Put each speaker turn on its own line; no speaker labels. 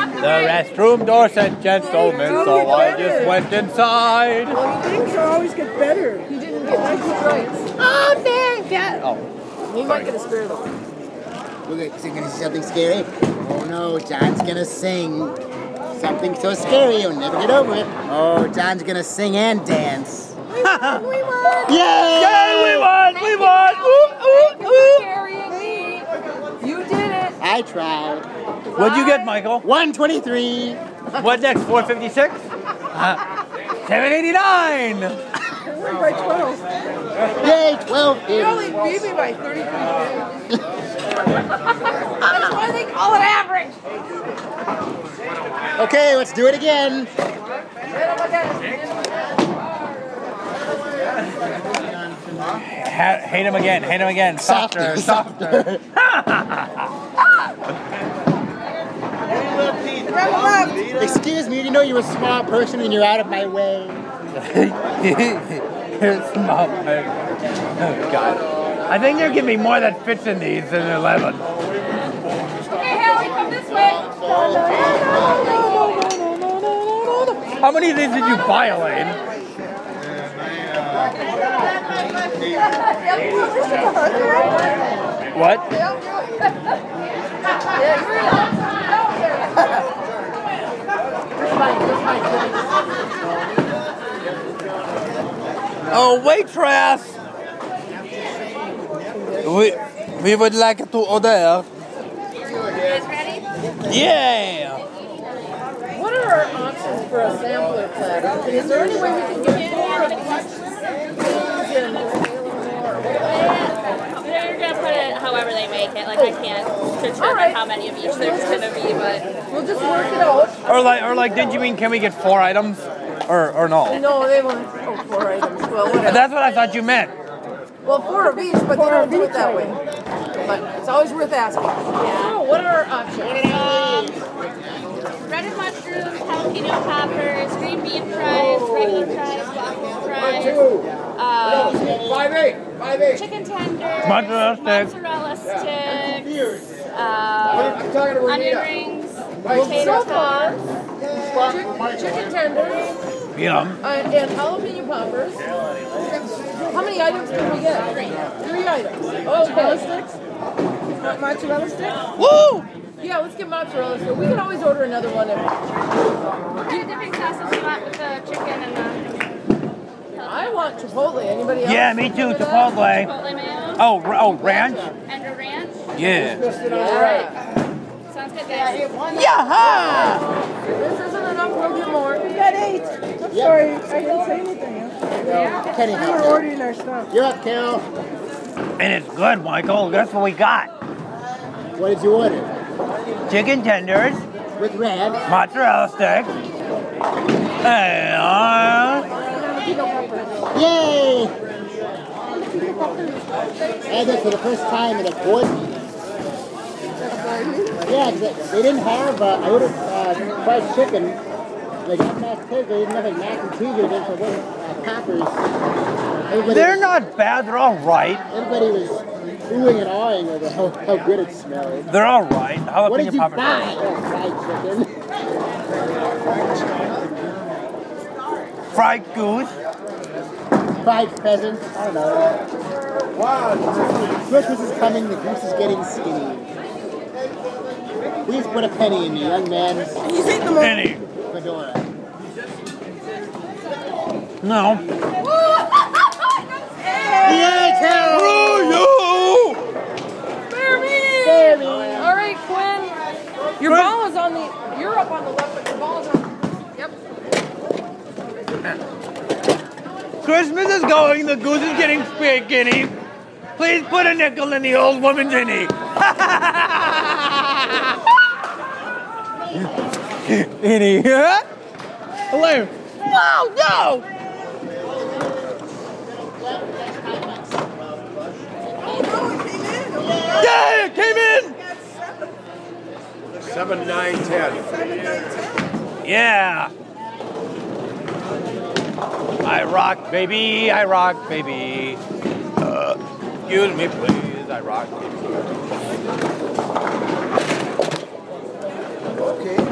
The restroom door said gentlemen, so I just went inside.
Well, things always get better.
You didn't get nice stripes.
Oh, dang, yeah. Oh,
You might get a spare though.
We're gonna, is it gonna see something scary? Oh no, John's gonna sing. Something so scary you'll never get over it. Oh, John's gonna sing and dance.
We won!
Yay!
Yay, we won, we won. Oop, oop, oop.
Carrying me!
You did it.
I tried.
What'd you get, Michael?
123.
What next, 456? Uh, 789.
I win by 12.
Yay, 12.
You only
here.
beat me by 33 points.
That's why they call it average!
Okay, let's do it again.
Ha- hate him again, hate him again. Softer, softer.
Level up.
Excuse me, you know you're a small person and you're out of my way.
it's not big. Oh, God. I think they're giving me more that fits in these than 11.
Okay, Hallie, come this way!
How many of these did you buy, Elaine? What? Oh, waitress! We, we would like to order.
You guys ready?
Yeah!
What are our options for a sampler platter? Is there any way we can get more of what?
They're gonna put it however they make it. Like I can't determine
Alright.
how many of each there's gonna be, but
We'll just work it out.
Or like, or like, did you mean can we get four items? Or, or no?
No, they won't. Oh, four items. Well, whatever.
That's what I thought you meant.
Well, four of each, but they don't do it that way. But it's always worth asking.
Oh, what are our options?
breaded mushrooms, jalapeno poppers, green bean fries, regular fries, waffle fries, um,
Five eight, five eight.
chicken tenders,
Mozzarella sticks.
mozzarella sticks, uh,
I'm talking
onion rings, potato
so far-
tots.
Chick- Chicken tenders
Yum.
uh, and jalapeno poppers. How many items can we get? Three. Three items. Oh, mozzarella sticks? Want mozzarella sticks?
Woo!
Yeah, let's get mozzarella sticks. We can always order another one if
Do you dipping sauce if you want with the chicken and the
I want Chipotle. Anybody else?
Yeah, me too,
Remember that?
Chipotle.
chipotle mayo
Oh, ra- oh, ranch?
and a ranch.
Yeah.
Yeah.
Sounds good, guys.
Yaha!
This isn't enough. We'll get more.
We got eight. I'm sorry, I didn't say anything.
Kenny,
We were ordering our stuff.
you're up, Carol.
And it's good, Michael. That's what we got.
What did you order?
Chicken tenders,
With red.
mozzarella sticks, uh, and
Yay! I had this for the first time at a board meeting. Yeah, 'cause they- they didn't have, uh, I ordered uh, fried chicken. They got mashed potatoes, they didn't have like mac and cheese or anything, so it wasn't uh, poppers. Everybody,
they're not bad. They're all right.
everybody was oohing and awing over how, how good it smelled.
They're all right. Jalapeno
What did you
poppers.
buy? Oh, fried chicken.
Fried goose.
Fried pheasant. I don't know. Wow. Christmas is coming, the goose is getting skinny. Please put a penny in the young man's
He's eating them all.
Any.
fedora.
No.
Oh,
Yay, Carol!
Oh,
All right, Quinn. Your ball is on the. You're up on the left, but your ball is on. Yep.
Christmas is going. The goose is getting skinny. Please put a nickel in the old woman's innie. innie. Hello. No, no. Yeah, it came in.
Seven, nine, ten.
Yeah. I rock, baby. I rock, baby. Uh, excuse me, please. I rock, baby.
Okay.